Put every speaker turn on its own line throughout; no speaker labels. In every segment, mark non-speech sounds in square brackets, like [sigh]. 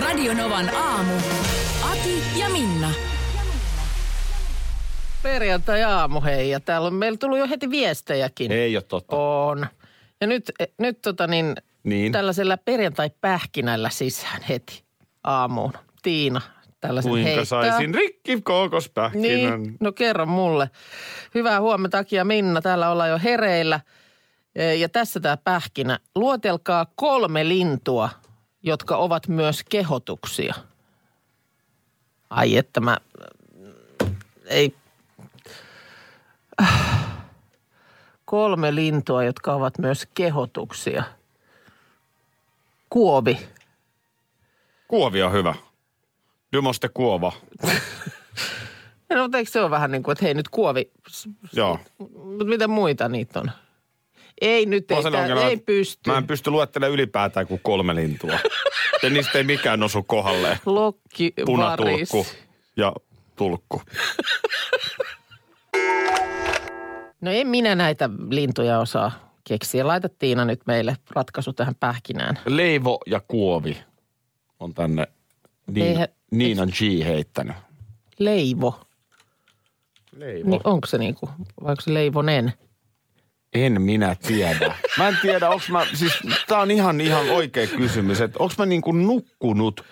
Radionovan aamu. Ati ja Minna.
Perjantai-aamu, hei. Ja täällä on meillä tullut jo heti viestejäkin.
Ei ole totta.
On. Ja nyt, eh, nyt tota niin,
Niin.
tällaisella perjantai-pähkinällä sisään heti aamuun. Tiina tällaisen
Kuinka
heittää.
saisin rikki kookospähkinän?
Niin, no kerro mulle. Hyvää huomenta takia Minna, täällä ollaan jo hereillä. Eh, Ja tässä tämä pähkinä. Luotelkaa kolme lintua, jotka ovat myös kehotuksia. Ai että mä... Ei... [sighs] Äh. Kolme lintua, jotka ovat myös kehotuksia. Kuovi.
Kuovi on hyvä. Dymoste Kuova.
No, mutta eikö se ole vähän niin kuin, että hei nyt kuovi,
Joo.
Mutta mitä muita niitä on? Ei nyt, ei,
Mulla
tää-
on sellainen ongelma,
ei
että
pysty.
Mä en pysty luettelemaan ylipäätään kuin kolme
[laughs]
lintua. ja niistä ei mikään osu kohdalleen.
Lokki, varis.
Punatulkku ja tulkku.
No en minä näitä lintuja osaa keksiä. Laita Tiina nyt meille ratkaisu tähän pähkinään.
Leivo ja Kuovi on tänne Niina,
Eihän-
Niina G heittänyt.
Leivo.
Leivo.
Niin onko se niinku, vai onko se leivonen?
En minä tiedä. Mä en tiedä, onks mä, siis tää on ihan, ihan oikea kysymys, että onks mä niinku nukkunut,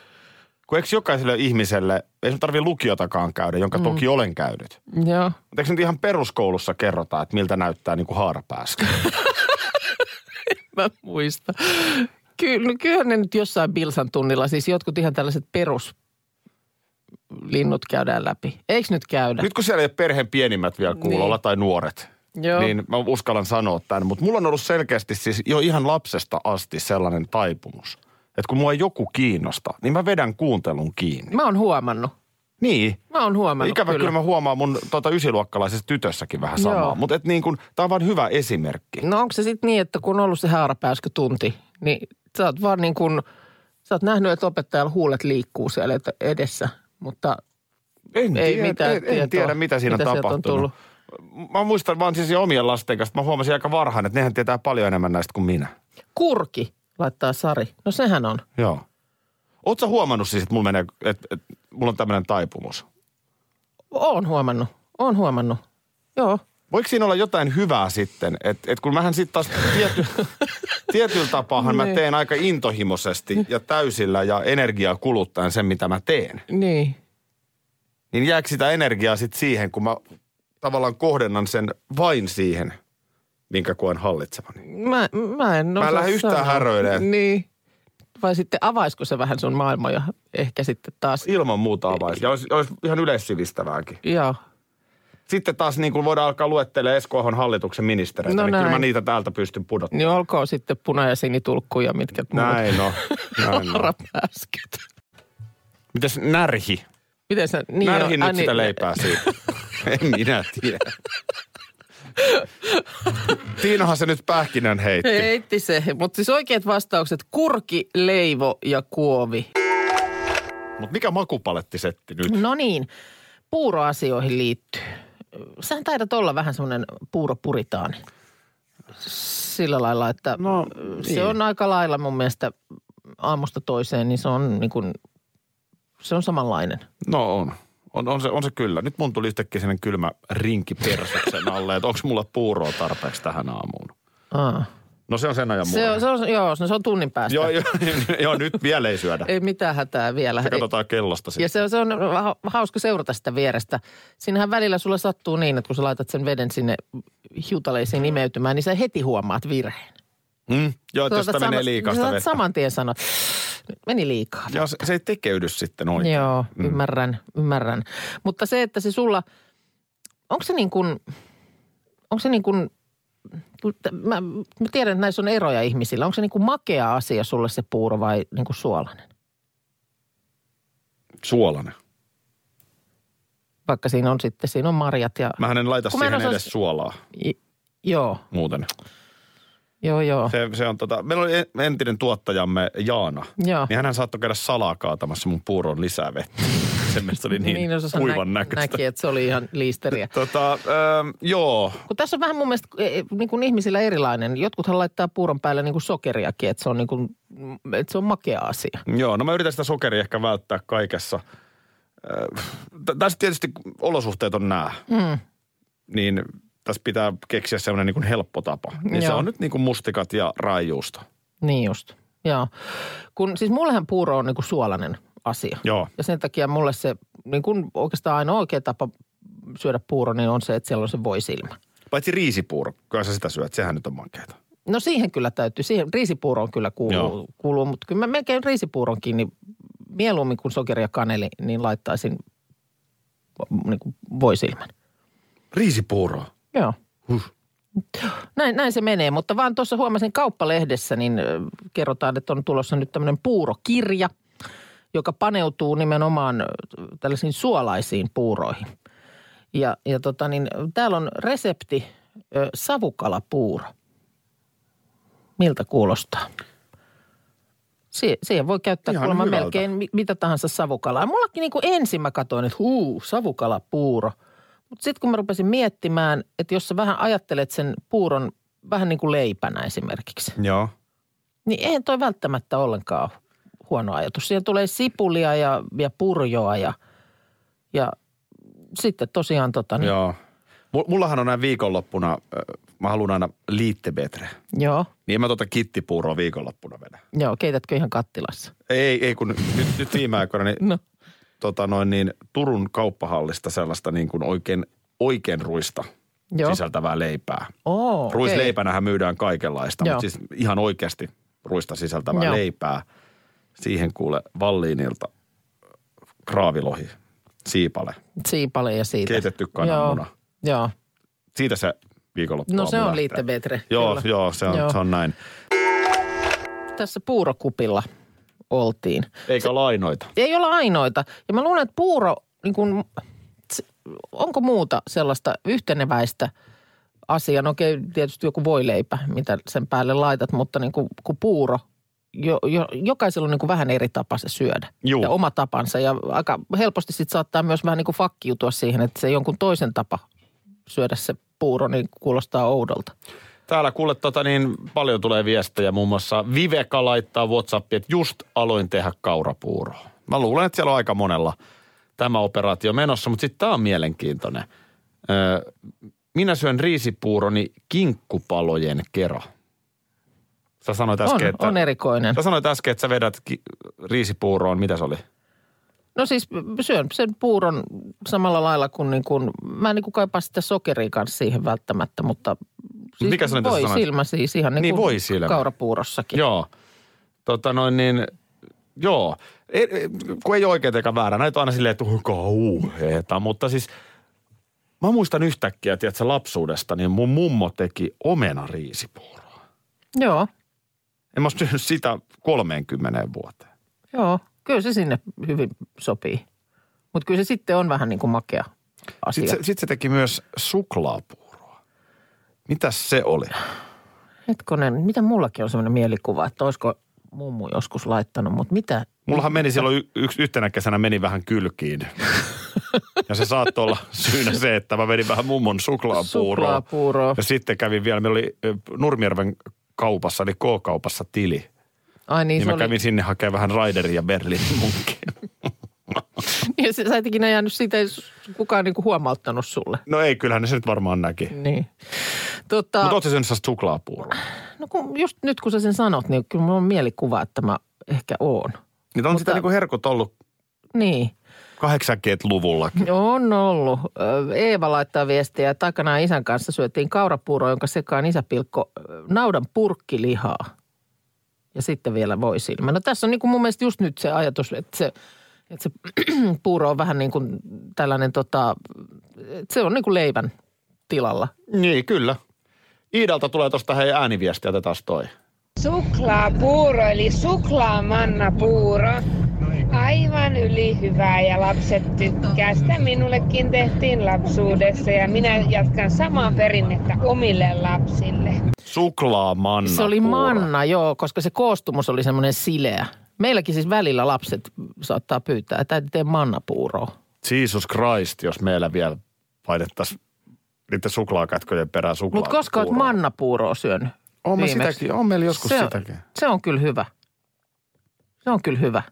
kun eikö jokaiselle ihmiselle, ei sun tarvii lukiotakaan käydä,
Mm.
jonka toki olen käynyt.
Joo.
Mutta eikö nyt ihan peruskoulussa kerrota, että miltä näyttää niinku haarapääskä?
[laughs] Mä muistan. Kyllä, no kyllähän ne nyt jossain Bilsan tunnilla, siis jotkut ihan tällaiset peruslinnut käydään läpi. Eikö nyt käydä?
Nyt kun siellä ei ole perheen pienimmät vielä kuulolla
Niin.
tai nuoret,
Joo.
niin mä uskallan sanoa tämän. Mutta mulla on ollut selkeästi siis jo ihan lapsesta asti sellainen taipumus, että kun mua ei joku kiinnosta, niin mä vedän kuuntelun kiinni.
Mä oon huomannut.
Niin.
Mä oon huomannut
Ikävä kyllä.
kyllä.
mä huomaan mun tota, ysiluokkalaisessa tytössäkin vähän
Joo.
samaa. Mutta et niin kun, tää on vaan hyvä esimerkki.
No onko se sitten niin, että kun on ollut se haarapääskö tunti, niin sä oot vaan niin kuin, sä oot nähnyt, että opettajalla huulet liikkuu siellä et- edessä, mutta
En,
Ei
tiedä,
mitään
en,
tietoa,
en tiedä, mitä siinä
mitä
on
sieltä on
tapahtunut. Mä muistan vaan siis jo omien lasten kanssa, että mä huomasin aika varhain, että nehän tietää paljon enemmän näistä kuin minä.
kurki laittaa Sari. No sehän on.
Joo. Ootko huomannut siis, että mulla, menee, että, että mulla on tämmöinen taipumus?
Oon huomannut, oon huomannut. Joo.
Voiko siinä olla jotain hyvää sitten? Että et kun mähän sitten taas tiety,
[laughs]
tietyllä tapaahan mä
Niin.
teen aika intohimoisesti ja täysillä ja energiaa kuluttaen sen, mitä mä teen.
Niin.
niin jääkö sitä energiaa sitten siihen, kun mä tavallaan kohdennan sen vain siihen, minkä koen hallitsevani?
Mä, mä en osaa
lähde yhtään
sanoa.
häröilemään.
Niin. Vai sitten avaisiko se vähän sun maailmoja ehkä sitten taas?
Ilman muuta avaisi. Ja olisi, olisi ihan yleissivistävääkin.
Joo.
Sitten taas niin kuin voidaan alkaa luettelemaan Esko Ahon hallituksen ministereitä,
No
niin kyllä mä
näin.
niitä täältä pystyn pudottamaan.
Niin olkoon sitten puna- ja sinitulkkuja, mitkä muut
[laughs] Näin on. Näin on.
haarapääskyt.
Mites närhi?
Miten sä? Niin
närhi
on-
nyt
ai niin-
sitä leipää
[laughs]
siitä. en minä tiedä. Tiinahan se nyt pähkinän heitti.
Heitti se, mutta siis oikeat vastaukset, kurki, leivo ja kuovi.
Mutta mikä makupalettisetti nyt?
No niin, puuroasioihin liittyy. Sähän taidat olla vähän semmoinen puuropuritaani. Sillä lailla, että no, se
niin.
on aika lailla mun mielestä aamusta toiseen, niin se on niin kuin, se on samanlainen.
No on. On, on, se, on se kyllä. Nyt mun tuli yhtäkkiä sellainen kylmä rinki persuksen alle, että onko mulla puuroa tarpeeksi tähän aamuun.
Aa.
No se on sen ajan
Se, on, se on, joo, no se on tunnin päästä.
Joo, joo, joo, [laughs] nyt vielä ei syödä.
Ei mitään hätää vielä.
Se katsotaan kellosta
Ja
sitten.
se on, se on ha- hauska seurata sitä vierestä. Siinähän välillä sulla sattuu niin, että kun sä laitat sen veden sinne hiutaleisiin imeytymään, niin sä heti huomaat virheen.
Mm? Joo, että jos
Sä
sitä
otat
menee
samas-
liikaa
sä
sitä
otat
vettä.
saman tien sanot, nyt meni liikaa.
Joo, se, se ei tekeydy sitten oikein. Mm.
Joo, ymmärrän, ymmärrän. Mutta se, että se sulla, onko se niin kuin, onko se niin kuin, mä, mä tiedän, että näissä on eroja ihmisillä. Onko se niin kuin makea asia sulle se puuro vai niin kuin suolainen?
Suolana.
Vaikka siinä on sitten, siinä on marjat ja...
Mähän en laita
Kun mä en
siihen
osaa-
edes suolaa
I, joo,
muuten.
joo, joo.
Se, se on tota, meillä oli en- entinen tuottajamme Jaana.
Joo.
Niin hän saattoi käydä salaa kaatamassa mun puuron lisää vettä. [laughs] Sen mielestä oli niin,
no,
niin
Susanna
kuivan
nä-
näköistä.
Näki, että se oli ihan liisteriä.
Tota, ähm, joo,
Kun tässä on vähän mun mielestä eh, eh, niin kuin ihmisillä erilainen. Jotkuthan laittaa puuron päälle niin kuin sokeriakin, että se on, niin kuin, että se on makea asia.
joo, no mä yritän sitä sokeria ehkä välttää kaikessa. Äh, t- tässä tietysti kun olosuhteet on nämä,
Mm.
niin tässä pitää keksiä semmoinen niin kuin helppo tapa. Niin se
Joo.
on nyt niin kuin mustikat ja raijuusto.
Niin just, joo. Kun, siis mullehan puuro on niin kuin suolainen asia.
Joo,
Ja sen takia mulle se niin kuin oikeastaan ainoa oikea tapa syödä puuro, niin on se, että siellä on se voisilmä.
paitsi riisipuuro, kyllä sä sitä syöt, sehän nyt on makeeta.
No siihen kyllä täytyy, siihen riisipuuroon kyllä
Joo.
kuuluu, kuuluu mutta kyllä mä melkein riisipuuronkin, niin mieluummin kuin sokeri ja kaneli, niin laittaisin niin kuin voisilmän.
Riisipuuro.
Joo.
Huh.
Näin, näin se menee, mutta vaan tuossa huomasin kauppalehdessä, niin ö, kerrotaan, että on tulossa nyt tämmöinen puurokirja, joka paneutuu nimenomaan ö, tällaisiin suolaisiin puuroihin. Ja, ja tota niin, täällä on resepti ö, savukalapuuro. Miltä kuulostaa? Si- siihen voi käyttää
Ihan
kuulemma
hyvältä.
melkein mi- mitä tahansa savukalaa. Mullakin niin kuin ensin mä katsoin, että huu, savukalapuuro. Mutta sitten kun mä rupesin miettimään, että jos sä vähän ajattelet sen puuron vähän niin kuin leipänä esimerkiksi,
Joo.
niin eihän toi välttämättä ollenkaan ole huono ajatus. Siihen tulee sipulia ja, ja purjoa ja, ja sitten tosiaan tota niin, joo.
Joo. Mu- Mullahan on näin viikonloppuna, ö, mä haluan aina liittebetre.
joo,
Niin en mä tota kittipuuroa viikonloppuna vedä.
joo, keitätkö ihan kattilassa?
Ei, ei kun nyt, nyt viime aikoina niin,
No,
tota noin, niin Turun kauppahallista sellaista niin kuin oikein, oikein ruista
joo.
sisältävää leipää.
Oh,
Ruisleipänähän myydään kaikenlaista,
Joo.
mutta siis ihan oikeasti ruista sisältävää
Joo.
leipää. Siihen kuule Valliinilta kraavilohi, siipale,
Siipale ja siitä.
keitetty kananmuna.
Joo, joo.
Siitä se viikonloppu
No se
aamu
on
lähtee.
liittebetre.
Joo,
kyllä.
joo, se on,
Joo.
joo, se on näin.
Tässä puurokupilla oltiin.
Eikä lainoita.
Ei olla ainoita. Ja mä luulen, että puuro, niin kun, se- onko muuta sellaista yhteneväistä asiaa? No okei, tietysti joku voileipä, mitä sen päälle laitat, mutta niin kuin, kun puuro, jo, jo, jokaisella on niin kuin vähän eri tapa se syödä.
Juu.
Ja oma tapansa. Ja aika helposti sit saattaa myös vähän niin kuin fakkiutua siihen, että se jonkun toisen tapa syödä se puuro, niin kuulostaa oudolta.
Täällä kuule tota niin, paljon tulee viestejä. Muun muassa Viveka laittaa Whatsappiin, että just aloin tehdä kaurapuuroa. Mä luulen, että siellä on aika monella tämä operaatio menossa, mutta sitten tämä on mielenkiintoinen. Öö, minä syön riisipuuroni kinkkupalojen kera. Sä sanoit äsken,
On,
että,
on erikoinen.
sä sanoit äsken, että sä vedät ki- riisipuuroon, mitä se oli?
No siis syön sen puuron samalla lailla kuin, niin kuin mä en niin kuin kaipaa sitä sokeria kanssa siihen välttämättä, mutta siis
Mikä se oli, mitä sä
voi
sanoit?
silmä siis ihan niin,
Niin,
kuin
voi silmä.
kaurapuurossakin.
Joo. Tota noin niin, joo. E, e, kun ei ole oikein eikä väärä. Näitä on aina silleen, että "Oh, kauheeta. Mutta siis mä muistan yhtäkkiä, tiedätkö, lapsuudesta, niin mun mummo teki omenariisipuuroa.
Joo,
En mä oo syönyt sitä 30 vuoteen.
joo. Kyllä se sinne hyvin sopii. Mutta kyllä se sitten on vähän niin kuin makea asia.
Sitten se, sit se teki myös suklaapuuroa. Mitäs se oli?
Hetkonen, mitä mullakin on semmoinen mielikuva, että olisiko mummu joskus laittanut, mutta mitä?
Mullahan meni silloin y- yksi yhtenä kesänä meni vähän kylkiin. ja se saattoi olla syynä se, että mä vedin vähän mummon suklaapuuroa.
Suklaapuuroa.
Ja sitten kävin vielä, meillä oli ö, Nurmijärven kaupassa, eli K-kaupassa tili. Niin,
Ai niin,
niin
se
mä
oli.
kävin sinne hakemaan vähän Raideria ja Berliinin munkia.
[laughs] Ja se, sä et ikinä jäänyt siitä, ei s- kukaan niin kuin huomauttanut sulle.
[laughs] No ei, kyllähän ne se nyt varmaan näki.
Niin. Tota,
Mutta oot sä syönyt sellaista suklaapuuroa?
No kun, just nyt kun sä sen sanot, niin kyllä mulla on mielikuva, että mä ehkä oon.
Niitä on Mutta... sitä niinku herkut ollut
Niin,
80-luvullakin.
on ollut. Ö, Eeva laittaa viestiä, että aikanaan isän kanssa syötiin kaurapuuroa, jonka sekaan isä pilkko ö, naudan purkkilihaa. Ja sitten vielä voisilmä. No tässä on niin kuin mun mielestä just nyt se ajatus, että se, että se [clears throat] puuro on vähän niin kuin tällainen tota, että se on niin kuin leivän tilalla.
Niin, kyllä. Iidalta tulee tosta hei ääniviestiä, otetaan toi.
Suklaapuuro eli suklaamannapuuro. Aivan yli hyvää ja lapset tykkää. Sitä minullekin tehtiin lapsuudessa ja minä jatkan samaa perinnettä omille lapsille.
Suklaamanna.
Se oli
puuro.
manna, joo, koska se koostumus oli semmoinen sileä. Meilläkin siis välillä lapset saattaa pyytää, että äiti tee mannapuuroa.
Jesus Christ, jos meillä vielä painettaisiin niiden suklaakätköjen perään suklaa.
Mutta koska oot mannapuuroa syönyt?
On me
viimeksi?
sitäkin, on meillä joskus
se on,
sitäkin.
Se on kyllä hyvä. Se on kyllä hyvä.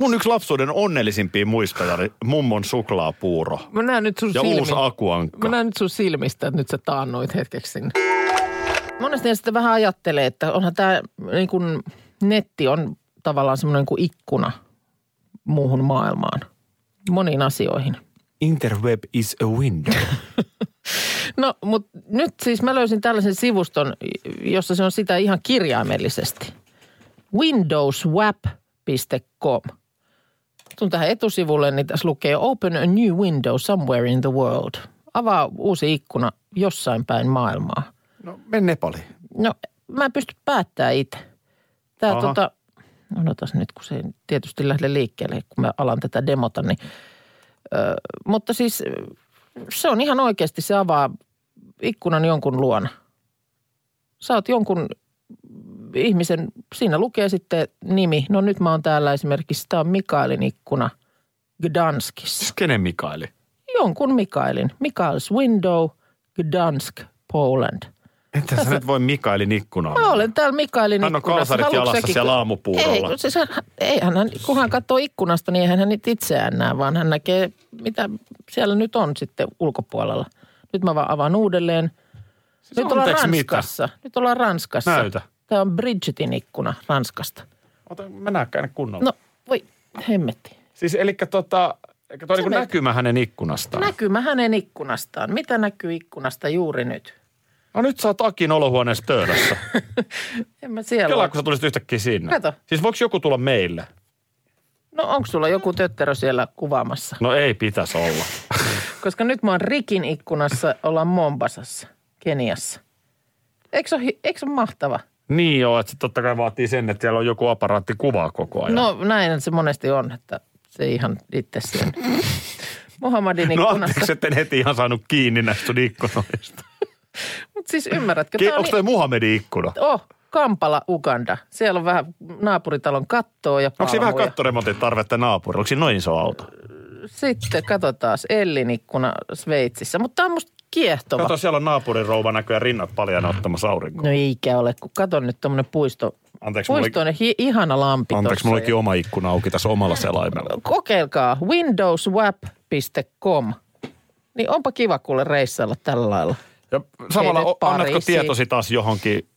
Mun yksi lapsuuden onnellisimpia muistoja oli mummon suklaapuuro.
Mä näen nyt sun
Ja
silmin.
uusi akuankka.
Mä näen nyt sun silmistä, että nyt sä taannoit hetkeksi sinne. Monesti sitä vähän ajattelee, että onhan tämä niin kun netti on tavallaan semmoinen kuin ikkuna muuhun maailmaan. Moniin asioihin.
Interweb is a window.
No, mutta nyt siis mä löysin tällaisen sivuston, jossa se on sitä ihan kirjaimellisesti. windowswap.com. Tun tähän etusivulle, niin tässä lukee Open a new window somewhere in the world. Avaa uusi ikkuna jossain päin maailmaa.
No, men Nepali.
No, mä en pysty päättämään itse. Tää
Aha.
tota, odotas nyt, kun se ei tietysti lähde liikkeelle, kun mä alan tätä demota, niin. Ö, mutta siis ö, se on ihan oikeasti, se avaa ikkunan jonkun luona. Sä oot jonkun ihmisen, siinä lukee sitten nimi. No nyt mä oon täällä esimerkiksi, tää on Mikaelin ikkuna Gdanskissa.
Siis kenen Mikaeli?
Jonkun Mikaelin. Mikael's Window, Gdansk, Poland –
Entä sä nyt voi Mikaelin ikkunaan?
Mä olen täällä Mikaelin
Hän on kalsarit
Haluatko
jalassa
säkin-
siellä aamupuurolla.
Ei, siis hän, eihän hän, kun hän katsoo ikkunasta, niin eihän hän niitä itseään näe, vaan hän näkee, mitä siellä nyt on sitten ulkopuolella. Nyt mä vaan avaan uudelleen. Nyt ollaan
anteeksi, mitä?
Ranskassa. Nyt ollaan Ranskassa.
Näytä.
Tämä on Bridgetin ikkuna Ranskasta.
Ota, mä näkään ne kunnolla.
No, voi hemmetti.
Siis elikkä tota, elikkä toi niinku
menet-
näkymä hänen ikkunastaan.
Näkymä hänen ikkunastaan. Mitä näkyy ikkunasta juuri nyt?
no nyt sä oot Akin olohuoneessa
[laughs]
töölössä.
En mä siellä
Kelaa,
ole.
kun sä tulisit yhtäkkiä sinne.
Kato.
Siis voiko joku tulla meille?
No onko sulla joku tötterö siellä kuvaamassa?
No ei pitäisi olla.
Koska nyt mä oon Rikin ikkunassa, ollaan Mombasassa, Keniassa. Eikö se ole, hi- eikö se ole mahtava?
Niin joo, että se totta kai vaatii sen, että siellä on joku aparaatti kuvaa koko ajan.
No näin se monesti on, että se ei ihan itse
[laughs]
siinä. Muhammadin
no
ikkunassa.
anteeksi, etten heti ihan saanut kiinni näistä sun ikkunoista.
Mutta siis ymmärrätkö,
Ki-
tää on
Onko toi
niin...
Muhammedin ikkuna?
Oh, Kampala, Uganda. Siellä on vähän naapuritalon kattoa ja
Onko siinä vähän
palmuja.
kattoremontin tarvetta naapurilla? Onko siinä noin iso auto?
Sitten katsotaan Ellin ikkuna Sveitsissä. Mutta tämä on musta kiehtova.
Kato, siellä on naapurin rouva näköjään rinnat paljana ottamassa aurinkoa.
No eikä ole, kun katon nyt tuommoinen puisto.
Anteeksi, mulla oli-
Puistoinen hi- ihana lampi
Anteeksi,
tossa
mulla
ja-
olikin oma ikkuna auki tässä omalla selaimella.
kokeilkaa windowswap.com. Niin onpa kiva kuule reissailla tällä lailla.
Ja samalla
nyt
o- annatko
Pariisiin.
tietosi taas johonkin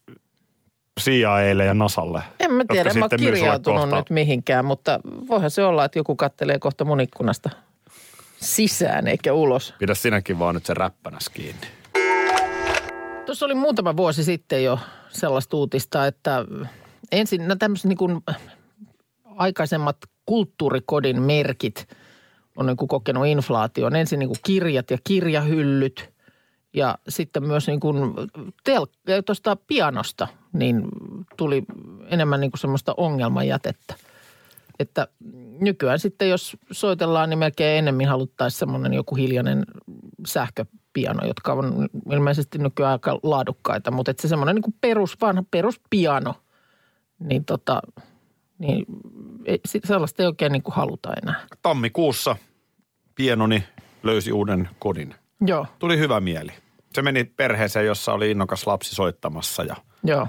CIAlle ja NASAlle?
En mä tiedä,
jotka
en mä oon
sitten myy sulle
kirjautunut
kohta-
nyt mihinkään, mutta voihan se olla, että joku kattelee kohta mun ikkunasta sisään eikä ulos.
Pidä sinäkin vaan nyt se räppänäs kiinni.
Tuossa oli muutama vuosi sitten jo sellaista uutista, että ensin nämä tämmöiset niin kuin aikaisemmat kulttuurikodin merkit on niin kuin kokenut inflaation. Ensin niin kuin kirjat ja kirjahyllyt ja sitten myös niin kuin tel- tuosta pianosta niin tuli enemmän niin kuin semmoista ongelmajätettä. Että nykyään sitten, jos soitellaan, niin melkein enemmän haluttaisiin semmoinen joku hiljainen sähköpiano, jotka on ilmeisesti nykyään aika laadukkaita. Mutta että se semmoinen niin kuin perus, vanha peruspiano, niin tota, niin ei- se- sellaista ei oikein niin kuin haluta enää.
Tammikuussa pienoni löysi uuden kodin.
Joo,
Tuli hyvä mieli. Se meni perheeseen, jossa oli innokas lapsi soittamassa ja
joo.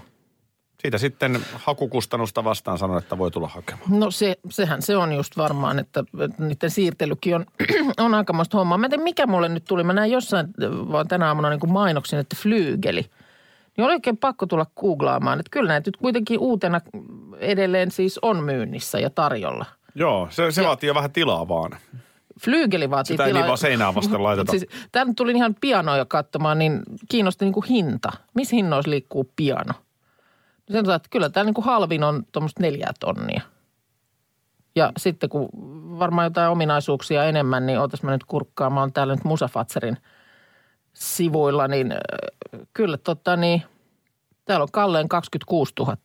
siitä sitten hakukustannusta vastaan sanoin, että voi tulla hakemaan.
No se, sehän se on just varmaan, että että niiden siirtelykin on, [clears throat] on aikamoista hommaa. Mä en tiedä, mikä mulle nyt tuli. Mä näin jossain äh, vaan tänä aamuna niin kuin mainoksen, että flyygeli. Niin oli oikein pakko tulla googlaamaan, että kyllä näitä nyt kuitenkin uutena edelleen siis on myynnissä ja tarjolla.
Joo, se, se vaatii jo vähän tilaa vaan.
Flyygeli vaatii
Sitä ei
tilaa.
niin vaan
[laughs]
seinää vasten
Mut
laiteta.
Siis, tämän tulin ihan pianoja katsomaan, niin kiinnosti niin kuin hinta. Missä hinnoissa liikkuu piano? No Sanotaan, että kyllä tämä niin kuin halvin on tuommoista neljää tonnia. Ja sitten kun varmaan jotain ominaisuuksia enemmän, niin ootas mä nyt kurkkaamaan täällä nyt Musafatserin sivuilla, niin äh, kyllä tota niin, täällä on Kalleen 26 000.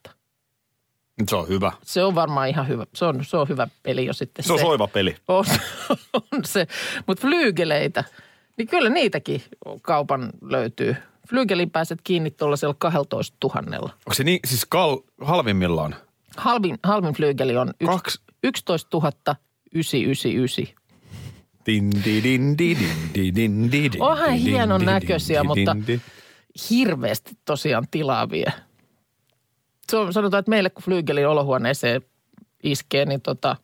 Se on hyvä.
Se on varmaan ihan hyvä. Se on, se on hyvä peli jo sitten.
Se on soiva peli.
On, on se. Mutta flyygeleitä, niin kyllä niitäkin kaupan löytyy. Flyygelin pääset kiinni tuollaisella 12 000.
Onko se niin, siis kal, halvimmillaan?
Halvin, halvin flyygeli on yks-
Kaksi.
11 999.
Din, di, din, di, din, di, din, di, din,
Onhan
di, din,
hienon
di, din,
näköisiä,
di,
mutta-
din, di.
Hirveästi tosiaan tilaa vie. Se on, sanotaan, että meille kun flyygelin olohuoneeseen iskee, niin tota,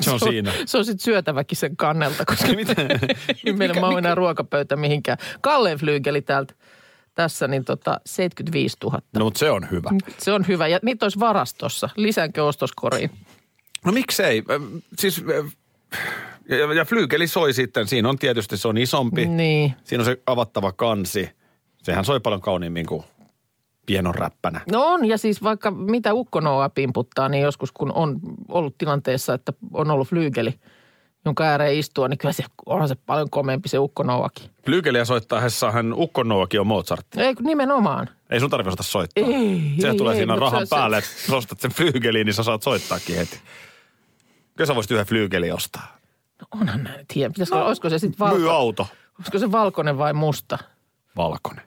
Se on No siinä.
se on sitten syötäväkin sen kannelta, koska
Miten?
[laughs] ei meillä mahu enää ruokapöytä mihinkään. Kalleen flyygeli täältä tässä, niin tota 75 000.
No mutta se on hyvä.
Se on hyvä. Ja niitä olisi varastossa. Lisäänkö ostoskoriin?
No miksei? Ö, Siis, ö, ja, ja flyykeli soi sitten. Siinä on tietysti, se on isompi.
Niin.
Siinä on se avattava kansi. Sehän soi paljon kauniimmin kuin pienon räppänä.
No on, ja siis vaikka mitä ukkonoa pimputtaa, niin joskus kun on ollut tilanteessa, että on ollut flyygeli, jonka ääreen istua, niin kyllä se onhan se paljon komeampi se ukkonoakin.
Flyykeliä soittaessa hän ukkonuokin on Mozart.
No Ei kun nimenomaan.
Ei sun tarvitse osata soittaa.
Ei,
Sehän
ei,
tulee
ei,
siinä
mutta
rahan
se-
päälle, että sä ostat sen flyygeliin, niin sä saat soittaakin heti. Kyllä sä voisit yhden flyygelin ostaa.
No onhan mä nyt hien. Pitäisikö, olisiko se sitten
Myy
valko,
auto.
olisiko se valkoinen vai musta?
Valkoinen.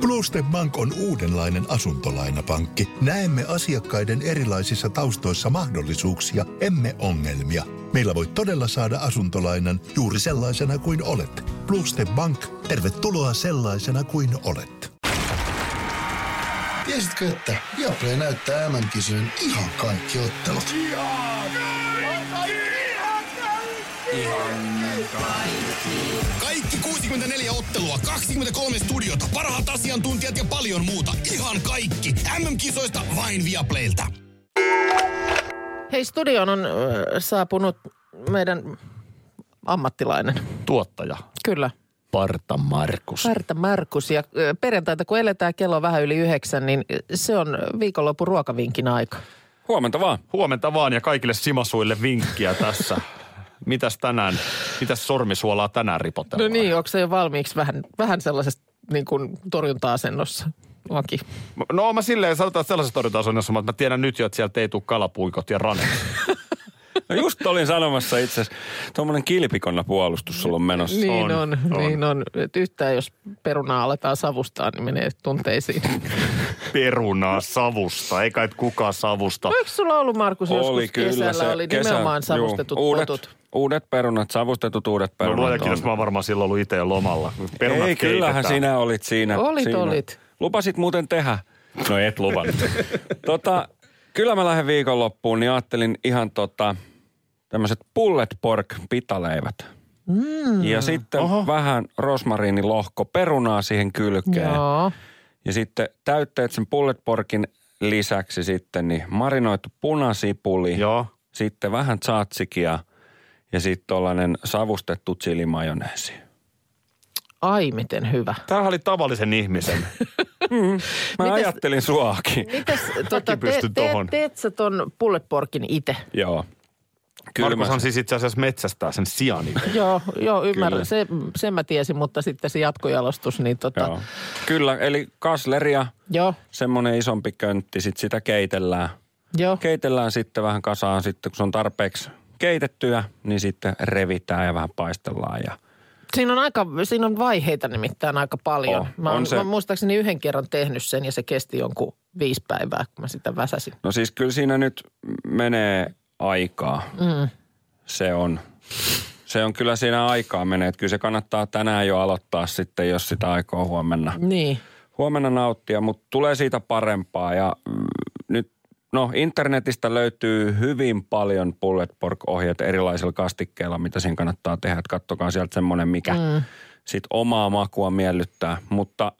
Bluestep Bank on uudenlainen asuntolainapankki. Näemme asiakkaiden erilaisissa taustoissa mahdollisuuksia, emme ongelmia. Meillä voi todella saada asuntolainan juuri sellaisena kuin olet. Bluestep Bank, tervetuloa sellaisena kuin olet.
Tiesitkö, että Viaplay näyttää MM-kisojen ihan kaikki ottelut?
Kaikki 64 ottelua, 23 studiota, parhaat asiantuntijat ja paljon muuta. Ihan kaikki. MM-kisoista vain Viaplaylta.
Hei, studioon on äh, saapunut meidän ammattilainen.
Tuottaja.
Kyllä.
Parta Markus.
Pärtä Markus ja ö, perjantaita, kun eletään kello vähän yli yhdeksän, niin ö, se on viikonlopun ruokavinkin aika.
Huomenta vaan.
Huomenta vaan ja kaikille simasuille vinkkiä tässä. Mitäs tänään, mitäs sormisuolaa tänään
No
ripotellaan?
niin, onko se jo valmiiksi vähän, vähän sellaisessa niin kuin torjunta-asennossa? Laki.
No mä silleen sanotaan, että sellaisessa torjuntasoinnassa, että mä tiedän nyt jo, että sieltä ei tule kalapuikot ja ranet.
No just olin sanomassa itse asiassa, tuommoinen kilpikonna puolustus sulla on menossa.
Niin on, on, niin on. Et yhtään jos perunaa aletaan savustaa, niin menee [laughs] tunteisiin.
[laughs] Perunaa savusta, eikä et kukaan savusta. No,
Eikö sulla ollut Markus joskus
Oli kyllä
kesällä,
se
oli nimenomaan
juu,
savustetut
uudet,
potut?
Uudet perunat, savustetut uudet
No
perunat.
luoja kiitos,
on.
mä oon varmaan silloin ollut itse lomalla. Perunat
Ei, kyllähän
keitetään.
sinä olit siinä.
Olit,
siinä.
olit.
Lupasit muuten tehdä. No et luvannut. [laughs] tota, kyllä mä lähden viikonloppuun, niin ajattelin ihan tota, tämmöiset pullet pork pitaleivät. Mm. Ja sitten Oho. vähän rosmariinilohko perunaa siihen kylkeen.
Joo.
Ja sitten täytteet sen pullet porkin lisäksi sitten, niin marinoitu punasipuli.
Joo.
Sitten vähän tsatsikia ja sitten tuollainen savustettu chilimajoneesi.
Ai miten hyvä.
Tämähän oli tavallisen
[laughs]
ihmisen.
Mä
Mites-
ajattelin suakin.
Mitäs, tota, te,
pystyn
te,
tohon.
teet sä ton pulletporkin itse?
Joo. Kyllä mä,
Markushan siis itse asiassa metsästää sen sian [laughs] itse.
Joo, joo
Kyllä.
ymmärrän. Se, sen mä tiesin, mutta sitten se jatkojalostus, niin tota, joo.
joo. Kyllä, eli kasleria,
joo,
semmoinen isompi köntti, sit sitä keitellään.
joo.
Keitellään sitten vähän kasaan sitten, kun se on tarpeeksi keitettyä, niin sitten revitään ja vähän paistellaan. Ja
Siinä on, aika, siinä on vaiheita nimittäin aika paljon.
On,
mä, oon,
on se.
mä oon muistaakseni yhden kerran tehnyt sen ja se kesti jonkun viisi päivää, kun mä sitä väsäsin.
No siis kyllä siinä nyt menee aikaa. Mm. Se on. Se on kyllä siinä aikaa menee. Että kyllä se kannattaa tänään jo aloittaa sitten, jos sitä aikoo huomenna.
Niin.
Huomenna nauttia, mutta tulee siitä parempaa. Ja mm, nyt, no internetistä löytyy hyvin paljon Bullet Pork-ohjeet erilaisilla kastikkeilla, mitä siinä kannattaa tehdä. Että kattokaa sieltä semmoinen, mikä mm. sit omaa makua miellyttää. Mutta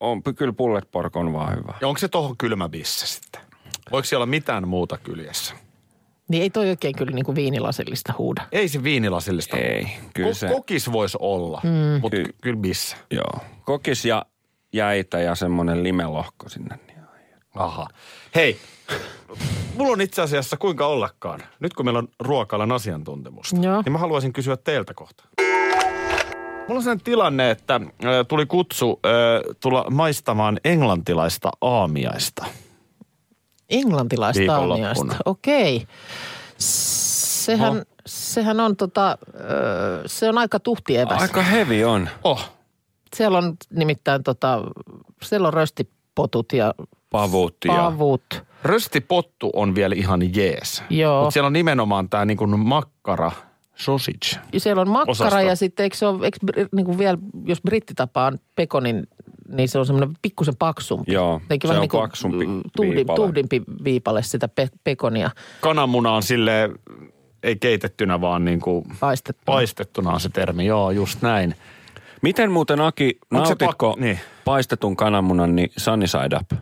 on, kyllä Bullet Pork on vaan hyvä.
Ja onko se tohon kylmäbissä sitten? Voiko siellä olla mitään muuta kyljessä?
Niin ei toi oikein kyllä niin kuin viinilasillista huuda.
Ei se viinilasillista.
Ei, kyllä
Ko-
se.
Kokis voisi olla, mm. mutta ky- kyllä missä.
Joo. Kokis ja jäitä ja semmoinen limelohko sinne. Niin ai.
Aha. Hei, mulla on itse asiassa kuinka ollakaan. Nyt kun meillä on ruokalan asiantuntemusta,
Joo.
niin mä haluaisin kysyä teiltä kohta. Mulla on sellainen tilanne, että ö, tuli kutsu ö, tulla maistamaan englantilaista aamiaista.
Englantilaista
Viikonloppuna.
aamiaista. Okei. Sehän,
No.
sehän on tota, ö, se on aika tuhti eväs.
Aika hevi on.
Oh,
Siellä on nimittäin tota, siellä on röstipotut ja
Pavut ja...
pavut.
röstipottu on vielä ihan jees.
Joo.
Mutta siellä on nimenomaan tämä niinku makkara sausage.
Ja siellä on makkara
Osasto.
ja sitten eikö se ole, eikö, niin kuin vielä, jos brittitapa on pekonin, niin se on semmoinen pikkusen paksumpi.
Joo,
Eikä
se
vähän
on
niin kuin,
paksumpi
mm, tuhdim,
viipale.
Tuhdimpi viipale sitä pe- pekonia
Kananmuna on sille ei keitettynä, vaan niinku
paistettu.
paistettuna on se termi. Joo, just näin.
Miten muuten Aki,
Onko se
nautitko
pak- niin.
paistetun kananmunan, niin sunny side up?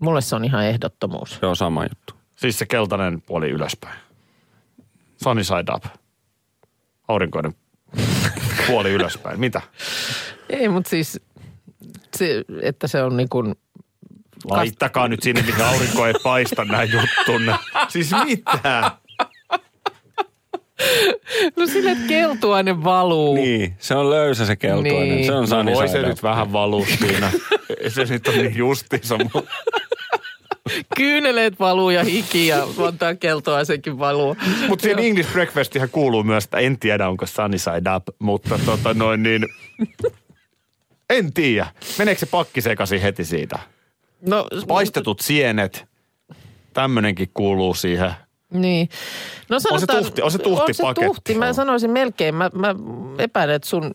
Mulle se on ihan ehdottomuus.
Se on sama juttu.
Siis se keltainen puoli ylöspäin. Sunny side up. Aurinkoinen puoli ylöspäin. Mitä?
Ei, mutta siis se, että se on niin kuin,
Laittakaa nyt sinne, mihin aurinko ei paista nämä juttunne. Siis mitä?
no sille, että keltuainen valuu.
Niin, se on löysä se keltainen.
Niin.
Se on sunny
No voi se
side
nyt
up.
vähän valuu siinä. Ei [laughs] se nyt on niin justiinsa, mutta
Kyyneleet valuu ja hiki ja montaa keltuaisenkin valuu.
Mutta siihen
Joo.
English breakfastihan kuuluu myös, että en tiedä onko sunny side up, mutta tota noin niin... En tiedä. Meneekö se pakki sekaisin heti siitä?
No,
Paistetut sienet, tämmöinenkin kuuluu siihen.
Niin. No
se
sanotaan,
tuhti- on se tuhti
on se
paketti.
tuhti. Mä
Joo.
sanoisin melkein, mä, mä epäilen, että sun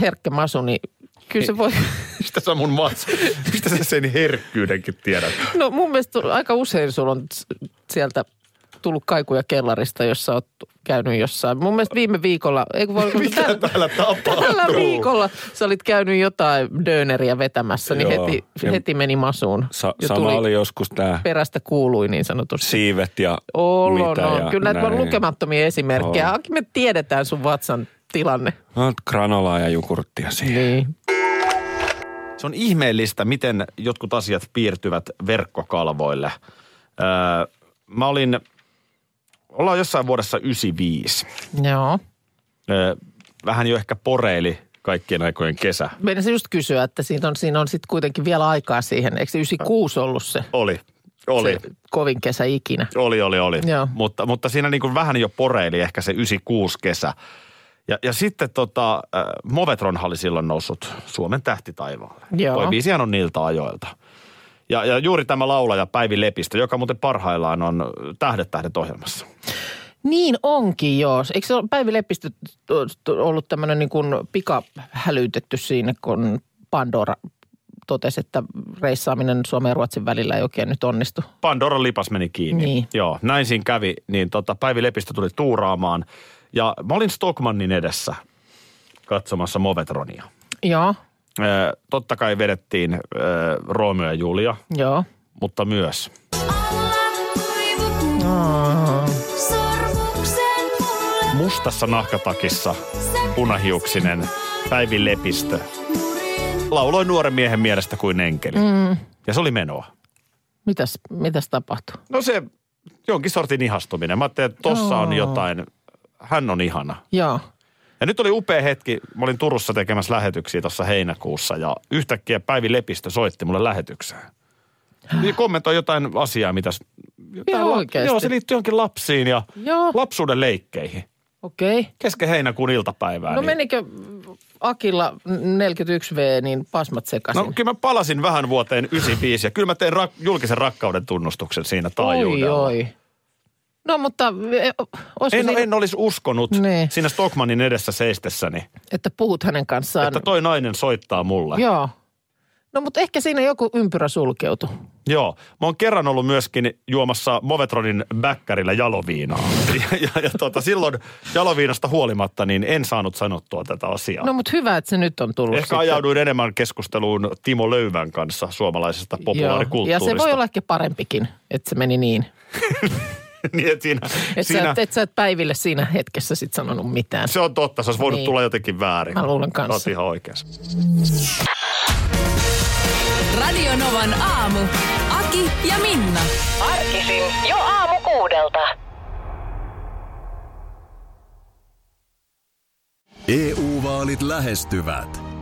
herkkä masu, niin kyllä se voi... [laughs]
Mistä sä mun mats? [laughs] Mistä sä sen herkkyydenkin tiedät?
No mun mielestä aika usein sulla on s- sieltä tullut kaikuja kellarista, jossa oot käynyt jossain. Mun mielestä viime viikolla, ei kun voi,
[laughs] Mitä
tällä,
täällä tapahtuu?
tällä viikolla sä olit käynyt jotain döneriä vetämässä, niin
Joo.
heti,
Ja-
heti meni masuun.
Sa-
ja
sama
tuli
oli joskus tämä
perästä kuului niin sanotusti.
siivet ja
Olo,
mitä
no,
ja
kyllä näitä on
näin.
lukemattomia esimerkkejä. Aki, me tiedetään sun vatsan tilanne.
No, granolaa ja jukurttia siihen.
Niin.
Se on ihmeellistä, miten jotkut asiat piirtyvät verkkokalvoille. Öö, mä olin, ollaan jossain vuodessa 95.
Joo.
Öö, vähän jo ehkä poreili kaikkien aikojen kesä.
Meinasin just kysyä, että siitä on, siinä on sitten kuitenkin vielä aikaa siihen. Eikö se 96 ollut se,
Oli, oli,
se kovin kesä ikinä?
oli, oli, oli.
Joo.
Mutta, mutta siinä niin kuin vähän jo poreili ehkä se 96 kesä. Ja, ja sitten tota, äh, Movetronhan oli silloin noussut Suomen tähti taivaalle.
Joo.
Toi biisihän on niiltä ajoilta. Ja, ja juuri tämä laulaja Päivi Lepistö, joka muuten parhaillaan on Tähdet tähdet ohjelmassa.
Niin onkin, joo. Eikö se ole Päivi Leppistö t- ollut tämmöinen niin kuin pikahälytetty siinä, kun Pandora totesi, että reissaaminen Suomen ja Ruotsin välillä ei oikein nyt onnistu.
Pandoran lipas meni kiinni.
Niin.
Joo, näin siinä kävi. Niin tota, Päivi Lepistö tuli tuuraamaan. Ja mä olin Stockmannin edessä katsomassa Movetronia.
Joo,
Ö, totta kai vedettiin ö, Romeo ja Julia,
joo.
mutta myös. Mustassa nahkatakissa punahiuksinen Päivi Lepistö lauloi nuoren miehen mielestä kuin enkeli. Mm. Ja se oli menoa.
Mitäs, mitäs tapahtui?
No se jonkin sortin ihastuminen. Mä ajattelin, että tossa on jotain. Hän on ihana.
Joo.
Ja nyt oli upea hetki. Mä olin Turussa tekemässä lähetyksiä tuossa heinäkuussa ja yhtäkkiä Päivi Lepistö soitti mulle lähetykseen. Niin kommentoi jotain asiaa, mitä... s- jotain lap-
oikeesti?
Joo, se liittyy johonkin lapsiin ja
Joo.
lapsuuden leikkeihin.
Okei.
Kesken heinäkuun iltapäivää.
No
niin-
menikö Akilla 41V niin pasmat sekaisin?
No kyllä mä palasin vähän vuoteen 95 ja kyllä mä tein rak- julkisen rakkauden tunnustuksen siinä
Oi,
taajuudella.
oi. No mutta e, olisiko
En,
niin,
en olisi uskonut
Niin.
siinä Stockmannin edessä seistessäni,
että puhut hänen kanssaan?
että toi nainen soittaa mulle.
Joo. No mutta ehkä siinä joku ympyrä sulkeutui.
Joo. Mä oon kerran ollut myöskin juomassa Movetronin bäkkärillä jaloviinaa. [laughs] Ja, ja, ja tota, silloin jaloviinasta huolimatta niin en saanut sanottua tätä asiaa.
No mutta hyvä, että se nyt on tullut
Ehkä
sitten.
ajauduin enemmän keskusteluun Timo Löyvän kanssa suomalaisesta
Joo. Ja
populaarikulttuurista.
se voi olla ehkä parempikin, että se meni niin.
[laughs] niin, et siinä,
Et sä,
siinä,
et, et sä et päiville siinä hetkessä sit sanonut mitään.
se on totta, se olisi voinut
Niin.
tulla jotenkin väärin.
Mä luulen kanssa.
Oot ihan oikeassa.
Radio Novan aamu. Aki ja Minna.
Arkisin jo aamu kuudelta.
EU-vaalit E lähestyvät.